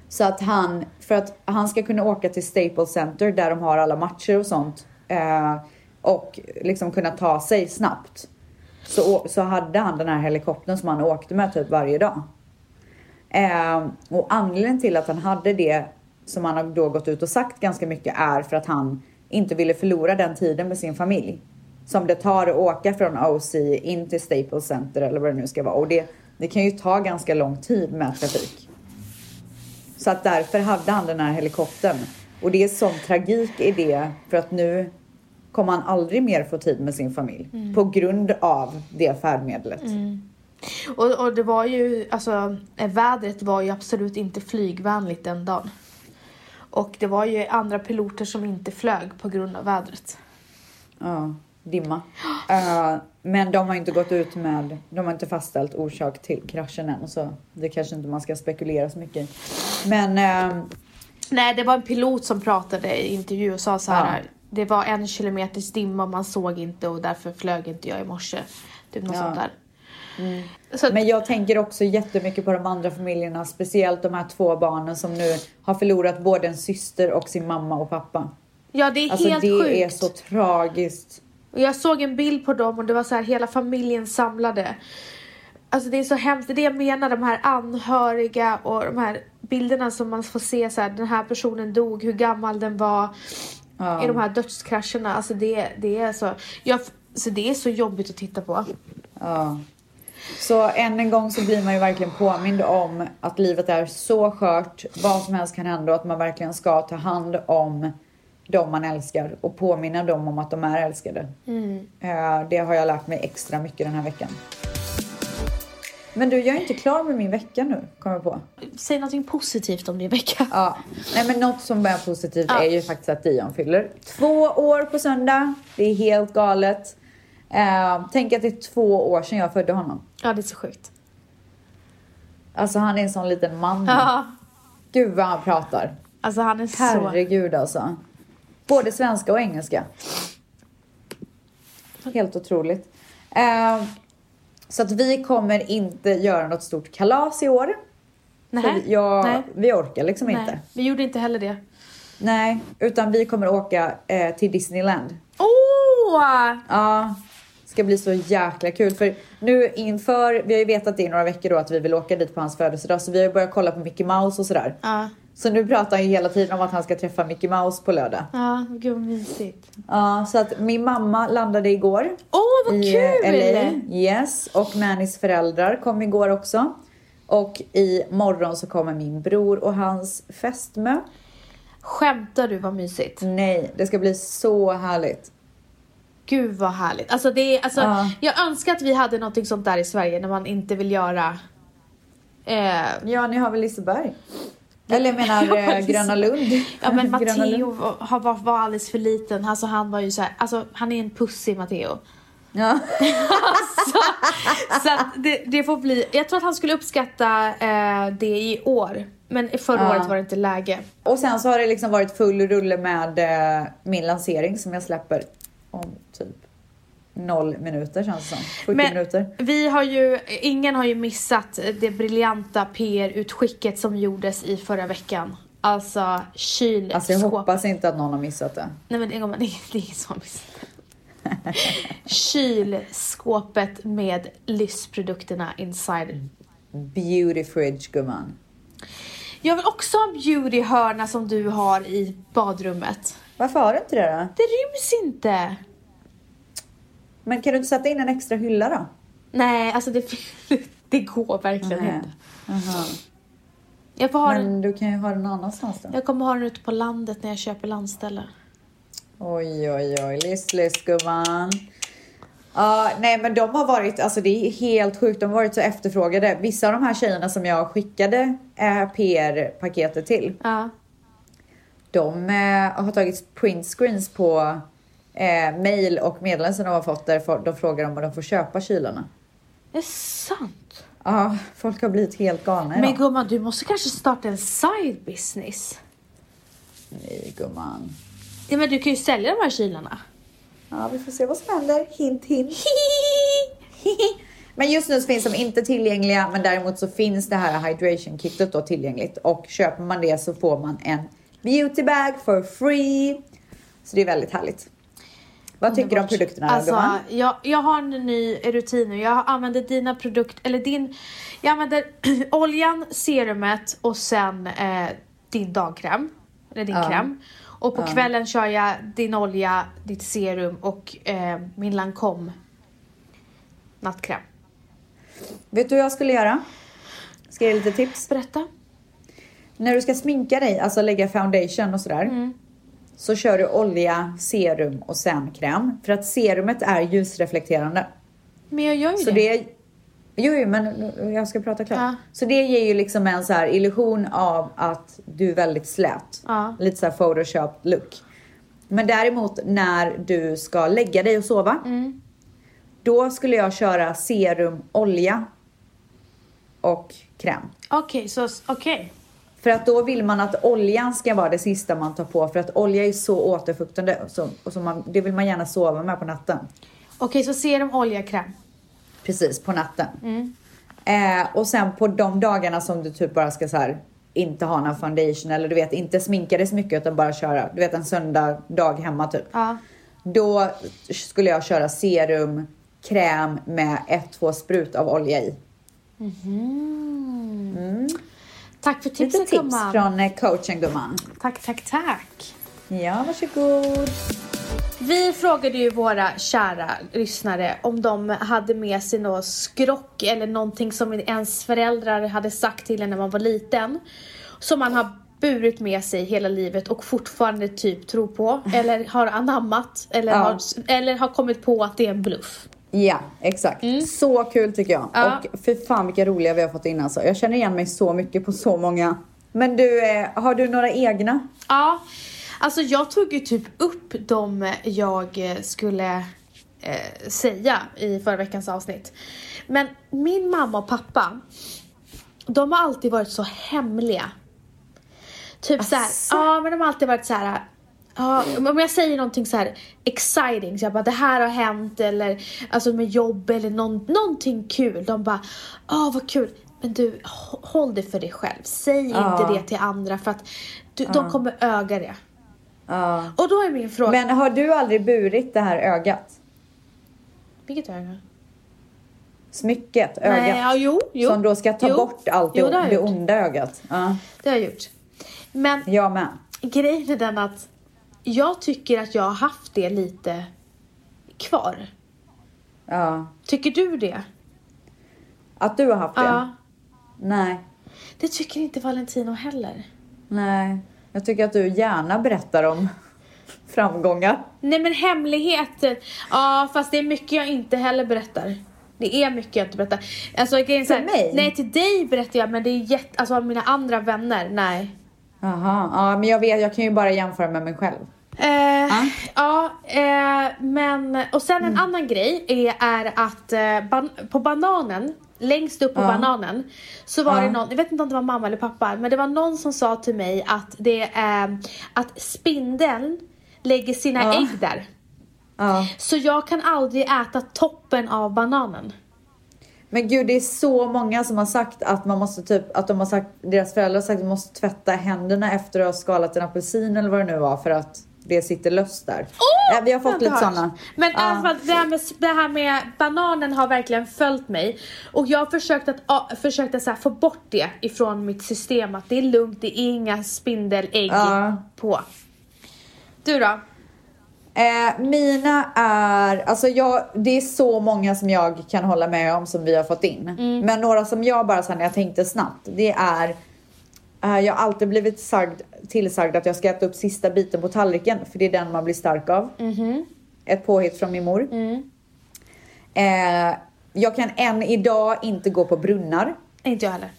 B: Så att han, för att han ska kunna åka till Staples Center där de har alla matcher och sånt eh, och liksom kunna ta sig snabbt. Så, å- så hade han den här helikoptern som han åkte med typ varje dag. Ehm, och anledningen till att han hade det som han har då gått ut och sagt ganska mycket är för att han inte ville förlora den tiden med sin familj. Som det tar att åka från OC in till Staples Center eller vad det nu ska vara. Och det, det kan ju ta ganska lång tid med trafik. Så att därför hade han den här helikoptern. Och det är sån tragik i det för att nu kommer han aldrig mer få tid med sin familj. På grund av det färdmedlet.
A: Och, och det var ju, alltså eh, vädret var ju absolut inte flygvänligt den dagen. Och det var ju andra piloter som inte flög på grund av vädret.
B: Ja, dimma. [GASPS] Eh, men de har inte gått ut med, de har inte fastställt orsak till kraschen än så det kanske inte man ska spekulera så mycket i. Men eh,
A: Nej, det var en pilot som pratade i intervju och sa så här.
B: Ja.
A: Det var en kilometers dimma man såg inte och därför flög inte jag i morse. Typ något
B: Ja. Mm.
A: sånt där. Så att,
B: Men jag tänker också jättemycket på de andra familjerna, speciellt de här två barnen som nu har förlorat både en syster och sin mamma och pappa.
A: ja, det är
B: Alltså
A: helt
B: det
A: sjukt.
B: är så tragiskt.
A: Och Jag såg en bild på dem och det var så här hela familjen samlade. Alltså det är så hemskt, det är det jag menar, de här anhöriga och de här bilderna som man får se så här, den här personen dog, hur gammal den var. I de här dödskrascherna, alltså det, det är så. Jag, så det är så jobbigt att titta på.
B: Ja. Så än en gång så blir man ju verkligen påmind om att livet är så skört, vad som helst kan hända och att man verkligen ska ta hand om de man älskar och påminna dem om att de är älskade. Eh, Det har jag lärt mig extra mycket den här veckan. Men du, jag är inte klar med min vecka nu, kom jag på.
A: Säg någonting positivt om din vecka.
B: Ja. Nej, men något som är positivt är ju faktiskt att Dion fyller två år på söndag. Det är helt galet. Eh, tänk att det är två år sedan jag födde honom.
A: Ja, det är så sjukt.
B: Alltså han är en sån liten man.
A: Ja.
B: Gud vad han pratar.
A: Alltså han är så...
B: Herregud alltså. Både svenska och engelska. Helt otroligt. Eh, så att vi kommer inte göra något stort kalas i år.
A: Nej.
B: För jag,
A: Nej.
B: Vi orkar liksom inte.
A: Nej, vi gjorde inte heller det.
B: Nej, utan vi kommer åka eh, till Disneyland.
A: Åh!
B: Ja, ska bli så jäkla kul. För nu inför, vi har ju vetat det i några veckor då att vi vill åka dit på hans födelsedag. Så vi har ju börjat kolla på Mickey Mouse och sådär.
A: Ja.
B: Så nu pratar han ju hela tiden om att han ska träffa Mickey Mouse på lördag.
A: Ja, gud vad mysigt.
B: Ja, så att min mamma landade igår.
A: Åh, vad
B: i eh,
A: kul!
B: LA. Yes, och Mannys föräldrar kom igår också. Och i morgon så kommer min bror och hans fästmö.
A: Skämtar du vad mysigt?
B: Nej, det ska bli så härligt.
A: Gud vad härligt. Alltså det är, alltså,
B: Ja.
A: Jag önskar att vi hade något sånt där i Sverige när man inte vill göra... Eh,
B: Ja, ni har väl Liseberg? Eller jag menar
A: [LAUGHS] Ja,
B: eh, Gröna Lund.
A: ja men
B: [LAUGHS] Gröna
A: Matteo
B: Lund.
A: var, var, var alldeles för liten. Alltså han var ju så här, alltså han är en pussy Matteo.
B: Ja.
A: Alltså, så att det, det får bli, jag tror att han skulle uppskatta eh, det i år. Men förra
B: Ja.
A: året var det inte läge.
B: Och sen så har det liksom varit full rulle med eh, min lansering som jag släpper om typ noll minuter känns det som. 40 minuter.
A: vi har ju, ingen har ju missat det briljanta PR-utskicket som gjordes i förra veckan. Alltså kylskåp.
B: Alltså jag hoppas inte att någon har missat det.
A: Nej men en gång, men det [LAUGHS] är det är ingen som har missat det. Kylskåpet med lysprodukterna
B: Mm.
A: inside.
B: Beauty fridge gumman.
A: Jag vill också ha en beautyhörna som du har i badrummet.
B: Varför har du inte det då?
A: Det ryms inte.
B: Men kan du inte sätta in en extra hylla då?
A: Nej, alltså det, [LAUGHS] det går verkligen
B: Nej.
A: inte. Jag, får ha den,
B: Men du kan ju ha den någon annanstans då.
A: jag kommer ha den ute på landet när jag köper landställe.
B: Oj, oj, oj. Liss, liss gumman. Ja, nej men de har varit, alltså det är helt sjukt, de har varit så efterfrågade. Vissa av de här tjejerna som jag skickade eh, PR-paketet till,
A: Ja.
B: de eh, har tagit printscreens på eh, mail och meddelanden de har fått där fo- de frågar om vad de får köpa kylarna.
A: Det är sant.
B: Ja, folk har blivit helt galna idag.
A: Men gumman, du måste kanske starta en side business.
B: Nej gumman.
A: Ja, men du kan ju sälja de här kylarna.
B: Ja, vi får se vad som händer.
A: [LAUGHS]
B: Hint, hint. men just nu så finns de inte tillgängliga, men däremot så finns det här hydration kittet då tillgängligt och köper man det så får man en beauty bag for free. Så det är väldigt härligt. Vad tycker du om
A: Underbart.
B: produkterna
A: alltså,
B: gumman?
A: jag, jag har en ny rutin nu. Jag använder dina produkter, eller din... Jag använder [CLEARS THROAT] oljan, serumet och sen eh, din dagkräm. Eller din kräm. Och på kvällen kör jag din olja, ditt serum och eh, min Lancome nattkräm.
B: Vet du vad jag skulle göra? Ska jag ge lite tips?
A: Berätta.
B: När du ska sminka dig, alltså lägga foundation och sådär.
A: Mm.
B: Så kör du olja, serum och sen kräm. För att serumet är ljusreflekterande.
A: Men jag gör ju
B: Så
A: det.
B: det... Jo, jo, men jag ska prata klart.
A: Ja.
B: Så det ger ju liksom en så här illusion av att du är väldigt slät.
A: Ja.
B: Lite så här photoshopped look. Men däremot när du ska lägga dig och sova.
A: Mm.
B: Då skulle jag köra serum, olja och kräm.
A: Okej, så okej.
B: För att då vill man att oljan ska vara det sista man tar på. För att olja är så återfuktande. Och så, och så man, det vill man gärna sova med på natten.
A: Okej, så serum, olja, kräm.
B: Precis, på natten.
A: Mm.
B: Eh, och sen på de dagarna som du typ bara ska så här inte ha någon foundation eller du vet inte sminka dig så mycket utan bara köra, du vet en söndag dag hemma typ.
A: Ja.
B: Då skulle jag köra serum, kräm med ett, två sprut av olja i.
A: Tack för
B: Lite
A: tipsen
B: tips
A: gumman.
B: från eh, coachen gumman.
A: Tack, tack, tack.
B: Ja, varsågod.
A: Vi frågade ju våra kära lyssnare om de hade med sig något skrock eller någonting som ens föräldrar hade sagt till en när man var liten. Som man har burit med sig hela livet och fortfarande typ tror på eller har anammat eller,
B: Ja.
A: har, eller har kommit på att det är en bluff.
B: Ja, exakt. Så kul tycker jag.
A: Mm. Ja.
B: Och för fan vilka roliga vi har fått in alltså. Jag känner igen mig så mycket på så många. Men du, eh, har du några egna?
A: Ja, alltså jag tog ju typ upp de jag eh, skulle eh, säga i förra veckans avsnitt. Men min mamma och pappa, de har alltid varit så hemliga. Typ så här,
B: Asså?
A: ja men de har alltid varit så här. Ja, om jag säger någonting så här exciting, så jag bara det här har hänt eller alltså med jobb eller någon, någonting kul. De bara, ja vad kul. Men du, hå- håll det för dig själv. Säg inte det till andra för att du, de kommer öga det. Och då är min fråga,
B: Men har du aldrig burit det här ögat?
A: Vilket öga?
B: Smycket, ögat.
A: Nej, ja, jo, jo.
B: Som då ska ta
A: Jo.
B: bort allt
A: Jo,
B: det,
A: det har jag
B: det
A: gjort.
B: onda ögat. Ja,
A: Det har jag gjort. Men
B: jag med.
A: grejen är den att jag tycker att jag har haft det lite kvar.
B: Ja.
A: Tycker du det?
B: Att du har haft det?
A: Ja.
B: Nej.
A: Det tycker inte Valentino heller.
B: Nej. Jag tycker att du gärna berättar om [LAUGHS] framgångar.
A: Nej men hemligheten. Ja fast det är mycket jag inte heller berättar. Det är mycket jag inte berättar. Alltså grejen är så här,
B: För mig?
A: Nej till dig berättar jag men det är jätte, alltså av mina andra vänner, nej.
B: Jaha, ja, men jag vet, jag kan ju bara jämföra med mig själv.
A: Eh, Ja, eh, men och sen en annan grej är, är att eh, ban- på bananen, längst upp på bananen, så var det någon, jag vet inte om det var mamma eller pappa, men det var någon som sa till mig att det är att spindeln lägger sina ägg där.
B: Ja.
A: Så jag kan aldrig äta toppen av bananen.
B: Men gud, det är så många som har sagt att man måste typ, att de har sagt, deras föräldrar har sagt att man måste tvätta händerna efter att ha skalat en apelsin eller vad det nu var för att det sitter löst där. ja, vi har fått lite sådana.
A: Men i alla
B: ja.
A: fall, det, här med, det här med bananen har verkligen följt mig. Och jag har försökt att, ja, försökt att så här, få bort det ifrån mitt system. Att det är lugnt, det är inga spindelägg
B: Ja.
A: på. Du då?
B: Eh, mina är, alltså jag, det är så många som jag kan hålla med om som vi har fått in. Men några som jag bara sen när jag tänkte snabbt, det är eh, jag har alltid blivit sagd, tillsagd att jag ska äta upp sista biten på tallriken för det är den man blir stark av. Ett påhitt från min mor. Eh, jag kan än idag inte gå på brunnar.
A: Inte jag heller.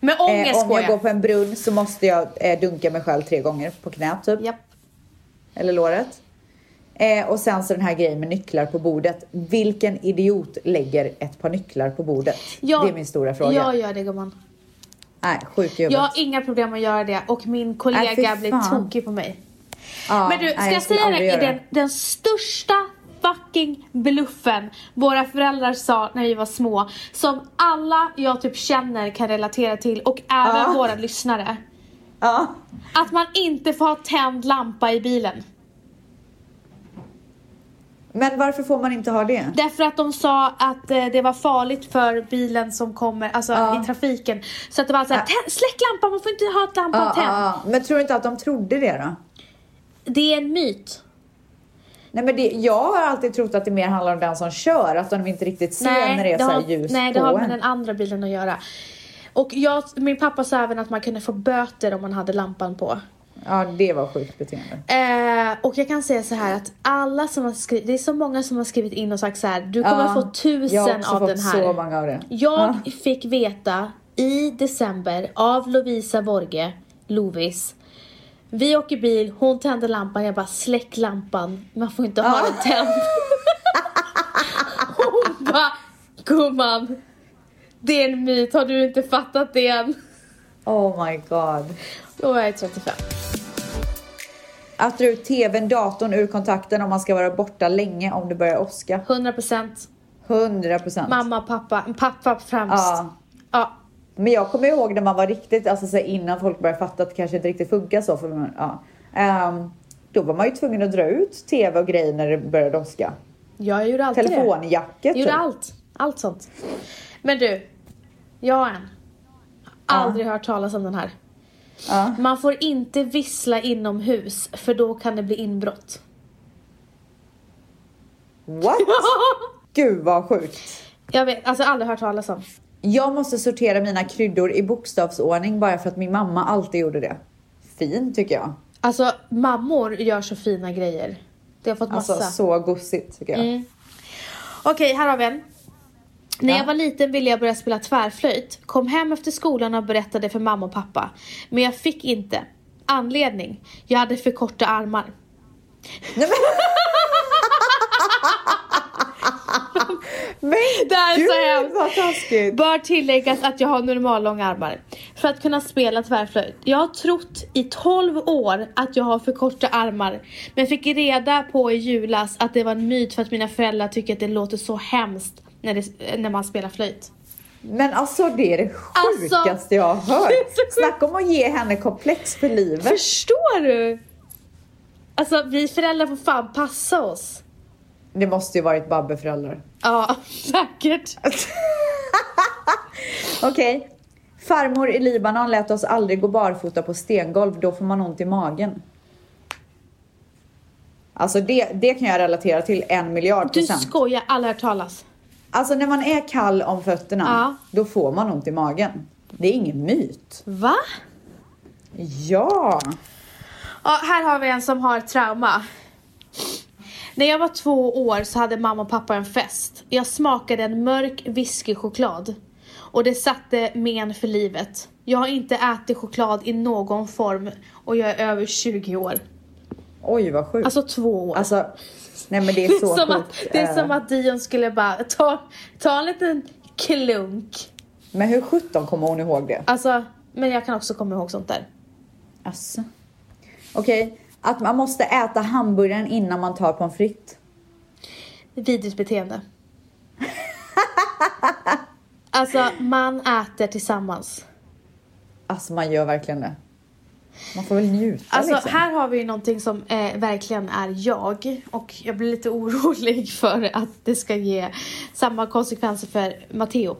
A: Med ångest
B: Eh, om
A: går
B: jag
A: jag.
B: går på en brunn så måste jag eh, dunka mig själv tre gånger på knät typ
A: Japp.
B: eller låret. Eh, och sen så den här grejen med nycklar på bordet. Vilken idiot lägger ett par nycklar på bordet?
A: Jag,
B: det är min stora fråga.
A: Jag gör det gumman.
B: Nej, sjuk i huvudet.
A: Jag har inga problem att göra det och min
B: Nej, Äh, fy
A: kollega
B: fan.
A: blir tokig på mig.
B: Ja,
A: Men du, ska
B: nej,
A: jag
B: skulle
A: säga
B: aldrig
A: det? Är
B: göra
A: den, den största fucking bluffen våra föräldrar sa när vi var små. Som alla jag typ känner kan relatera till och även
B: Ja.
A: våra lyssnare.
B: Ja.
A: Att man inte får ha tänd lampa i bilen.
B: Men varför får man inte ha det?
A: Därför att de sa att eh, det var farligt för bilen som kommer, alltså
B: Ja.
A: i trafiken. Så att det var såhär, "Tänd- släck lampan, man får inte ha ett lampan
B: Ja, ja,
A: tänd.
B: ja. Men tror du inte att de trodde det då?
A: Det är en myt.
B: Nej, men det, jag har alltid trott att det mer handlar om den som kör, att de inte riktigt ser när det är så här ljus
A: nej, det
B: på
A: har med
B: en.
A: den andra bilen att göra. Och jag, min pappa sa även att man kunde få böter om man hade lampan på.
B: Ja, det var sjukt beteende.
A: Eh, och jag kan säga så här att alla som har skrivit, det är så många som har skrivit in och sagt så här, du kommer
B: Ja,
A: få
B: jag har
A: tusen
B: också
A: av
B: fått
A: den
B: så
A: här.
B: många av det.
A: Jag fick veta i december av Lovisa Borge, Lovis, vi åker bil, hon tänder lampan, jag bara släck lampan, man får inte ha den tänd. hon bara, gumman, det är en myt, har du inte fattat det än?
B: Oh my god.
A: Då var jag 35.
B: Att dra ut tvn, datorn ur kontakten om man ska vara borta länge om det börjar åska.
A: 100%
B: 100 procent.
A: mamma, pappa, pappa främst.
B: Ja.
A: Ja.
B: Men jag kommer ihåg när man var riktigt, alltså så här, innan folk började fatta att det kanske inte riktigt funkar så. För man, ja. Ehm, då var man ju tvungen att dra ut tv och grejer när det började åska. typ.
A: Jag gjorde alltid det.
B: Telefonjacket
A: Jag gjorde allt. Allt sånt. Men du, jag har en. Aldrig hört talas om den här.
B: Ja.
A: Man får inte vissla inomhus för då kan det bli
B: [LAUGHS]
A: inbrott. [LAUGHS]
B: What? Gud vad sjukt.
A: jag vet, alltså aldrig hört talas om.
B: Jag måste sortera mina kryddor i bokstavsordning bara för att min mamma alltid gjorde det. Fin tycker jag.
A: Alltså mammor gör så fina grejer. Det har fått massa. Mm.
B: Alltså så gosigt tycker jag.
A: Okej, här har vi en. När
B: Ja.
A: jag var liten ville jag börja spela tvärflöjt. Kom hem efter skolan och berättade för mamma och pappa. Men jag fick inte. Anledning? Jag hade för korta armar.
B: Men
A: Det här är
B: gud
A: så hemskt.
B: vad taskigt.
A: Bör tilläggas att jag har normallånga armar. För att kunna spela tvärflöjt. Jag har trott i 12 år att jag har för korta armar. Men fick reda på i julas att det var en myt för att mina föräldrar tycker att det låter så hemskt när, det, när man spelar flöjt.
B: Men alltså det är det
A: Alltså-
B: sjukaste jag har hört.
A: Det är så sjukt.
B: Snacka om att ge henne komplex för livet.
A: Förstår du? Alltså vi föräldrar får fan passa oss.
B: Det måste ju varit Babbe-föräldrar.
A: Ja, [LAUGHS] säkert.
B: Alltså, Okej. Farmor i Libanon lät oss aldrig gå barfota på stengolv, då får man ont i magen. Alltså det, det kan jag relatera till en miljard
A: Du
B: procent.
A: skojar, alla har hört talas.
B: Alltså när man är kall om fötterna,
A: Ja.
B: då får man ont i magen. Det är ingen myt.
A: Va?
B: Ja!
A: Ja, här har vi en som har trauma. När jag var två år så hade mamma och pappa en fest. Jag smakade en mörk whiskychoklad. Och det satte men för livet. Jag har inte ätit choklad i någon form och jag är över 20 år.
B: Oj vad sjukt. Alltså,
A: Alltså två år.
B: nej men det
A: det, [LAUGHS]
B: är
A: är
B: så
A: som att,
B: sjukt.
A: det är
B: Eh,
A: som att Dion skulle bara ta, ta en liten klunk.
B: Men hur sjutton kommer hon ihåg det?
A: Alltså, men jag kan också komma ihåg sånt där.
B: Alltså. Okej, att man måste äta hamburgaren innan man tar pommes frites.
A: Vidrigt beteende. alltså, man äter tillsammans.
B: Alltså man gör verkligen det. Man får väl njuta
A: Alltså
B: liksom.
A: här har vi ju någonting som eh, verkligen är jag och jag blir lite [LAUGHS] orolig för att det ska ge samma konsekvenser för Matteo.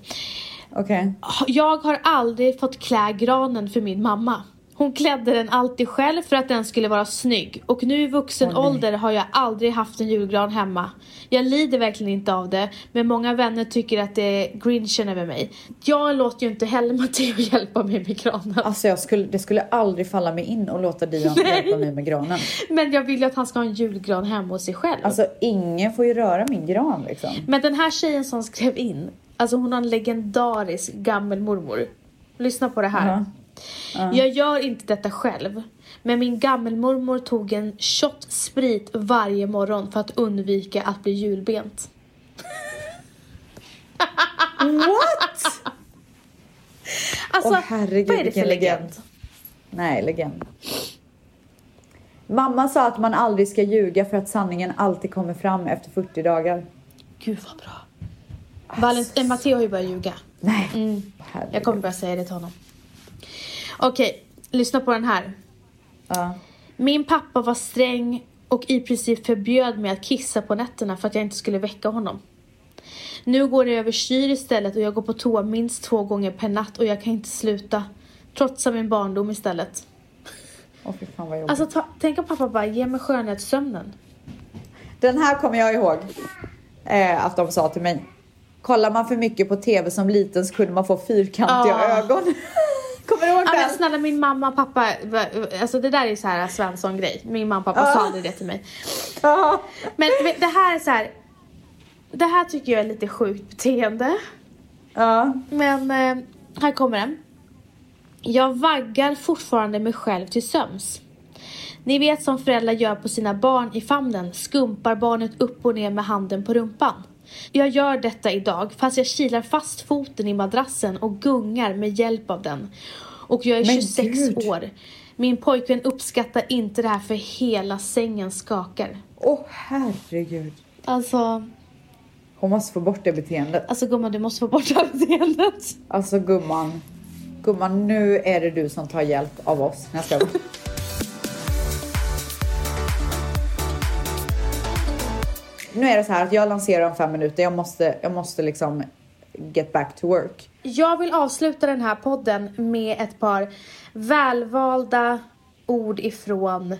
B: Okej.
A: Jag har aldrig fått klä granen för min mamma. Hon klädde den alltid själv för att den skulle vara snygg och nu i vuxen ålder har jag aldrig haft en julgran hemma. Jag lider verkligen inte av det men många vänner tycker att det är grinchen över mig. Jag låter ju inte heller Matteo [LAUGHS] hjälpa mig med granen.
B: Alltså jag skulle, det skulle aldrig falla mig in och
A: [LAUGHS]
B: låta Dion hjälpa mig med granen.
A: Men jag vill ju att han ska ha en julgran hemma hos sig själv.
B: Alltså ingen får ju röra min gran liksom.
A: Men den här tjejen som skrev in, alltså hon har en legendarisk gammelmormor. Lyssna på det här.
B: Ja.
A: Jag gör inte detta själv, men min gammelmormor tog en shot sprit varje morgon för att undvika att bli julbent.
B: What?
A: Alltså,
B: Åh, herregud,
A: vad är det
B: vilken
A: för
B: legend.
A: legend?
B: Nej, legend. Mamma sa att man aldrig ska ljuga för att sanningen alltid kommer fram efter 40 dagar.
A: Gud vad bra. Valent- eh, Matteo har ju börjat ljuga.
B: Nej.
A: Mm. Jag
B: Herregud.
A: kommer börja säga det till honom. Okej, lyssna på den här.
B: Ja.
A: Min pappa var sträng och i princip förbjöd mig att kissa på nätterna för att jag inte skulle väcka honom. Nu går det överstyr istället och jag går på toa minst två gånger per natt och jag kan inte sluta. Trotsa min barndom istället.
B: Åh fy fan vad jobbigt.
A: Alltså ta, tänk om pappa bara ger mig skönhetssömnen.
B: Den här kommer jag ihåg eh, att de sa till mig. Kollar man för mycket på tv som liten så kunde man få fyrkantiga
A: Ah.
B: ögon. [LAUGHS] kommer du ihåg
A: Ja, men
B: den?
A: snälla min mamma och pappa, va- alltså det där är ju så här Svensson-grej. Min mamma och pappa
B: Ja.
A: sa aldrig det till mig.
B: Ja.
A: Men vet- det här är så här. Det här tycker jag är lite sjukt beteende.
B: Ja.
A: Men eh, här kommer den. Jag vaggar fortfarande mig själv till söms. Ni vet som föräldrar gör på sina barn i famnen, skumpar barnet upp och ner med handen på rumpan. Jag gör detta idag fast jag kilar fast foten i madrassen och gungar med hjälp av den. Och jag är
B: Men
A: 26
B: gud.
A: år. Min pojkvän uppskattar inte det här för hela sängen skakar.
B: Åh herregud.
A: Alltså,
B: Hon måste få bort det beteendet.
A: alltså gumman du måste få bort det här beteendet.
B: Alltså gumman. Gumman, nu är det du som tar hjälp av oss nästa gång. nu är det så här att jag lanserar om fem minuter. Jag måste, jag måste liksom get back to work.
A: Jag vill avsluta den här podden med ett par välvalda ord ifrån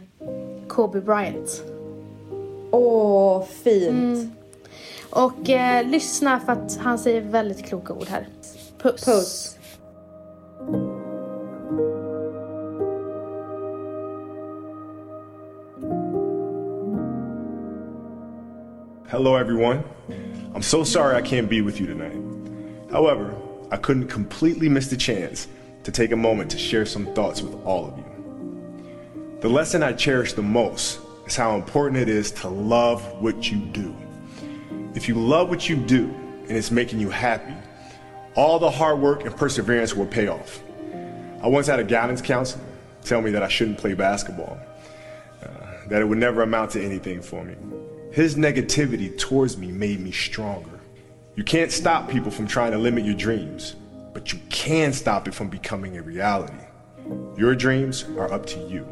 A: Kobe Bryant.
B: Åh, fint.
A: Mm. Och eh, lyssna för att han säger väldigt kloka ord här. Puss.
B: Puss.
F: Hello, everyone. I'm so sorry I can't be with you tonight. However, I couldn't completely miss the chance to take a moment to share some thoughts with all of you. The lesson I cherish the most is how important it is to love what you do. If you love what you do and it's making you happy, all the hard work and perseverance will pay off. I once had a guidance counselor tell me that I shouldn't play basketball that it would never amount to anything for me. His negativity towards me made me stronger. You can't stop people from trying to limit your dreams, but you can stop it from becoming a reality. Your dreams are up to you.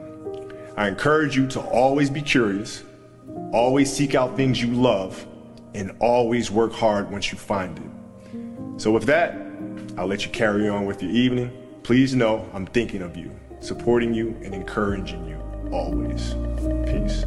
F: I encourage you to always be curious, always seek out things you love, and always work hard once you find it. So, with that, I'll let you carry on with your evening. Please know I'm thinking of you, supporting you, and encouraging you always. Peace.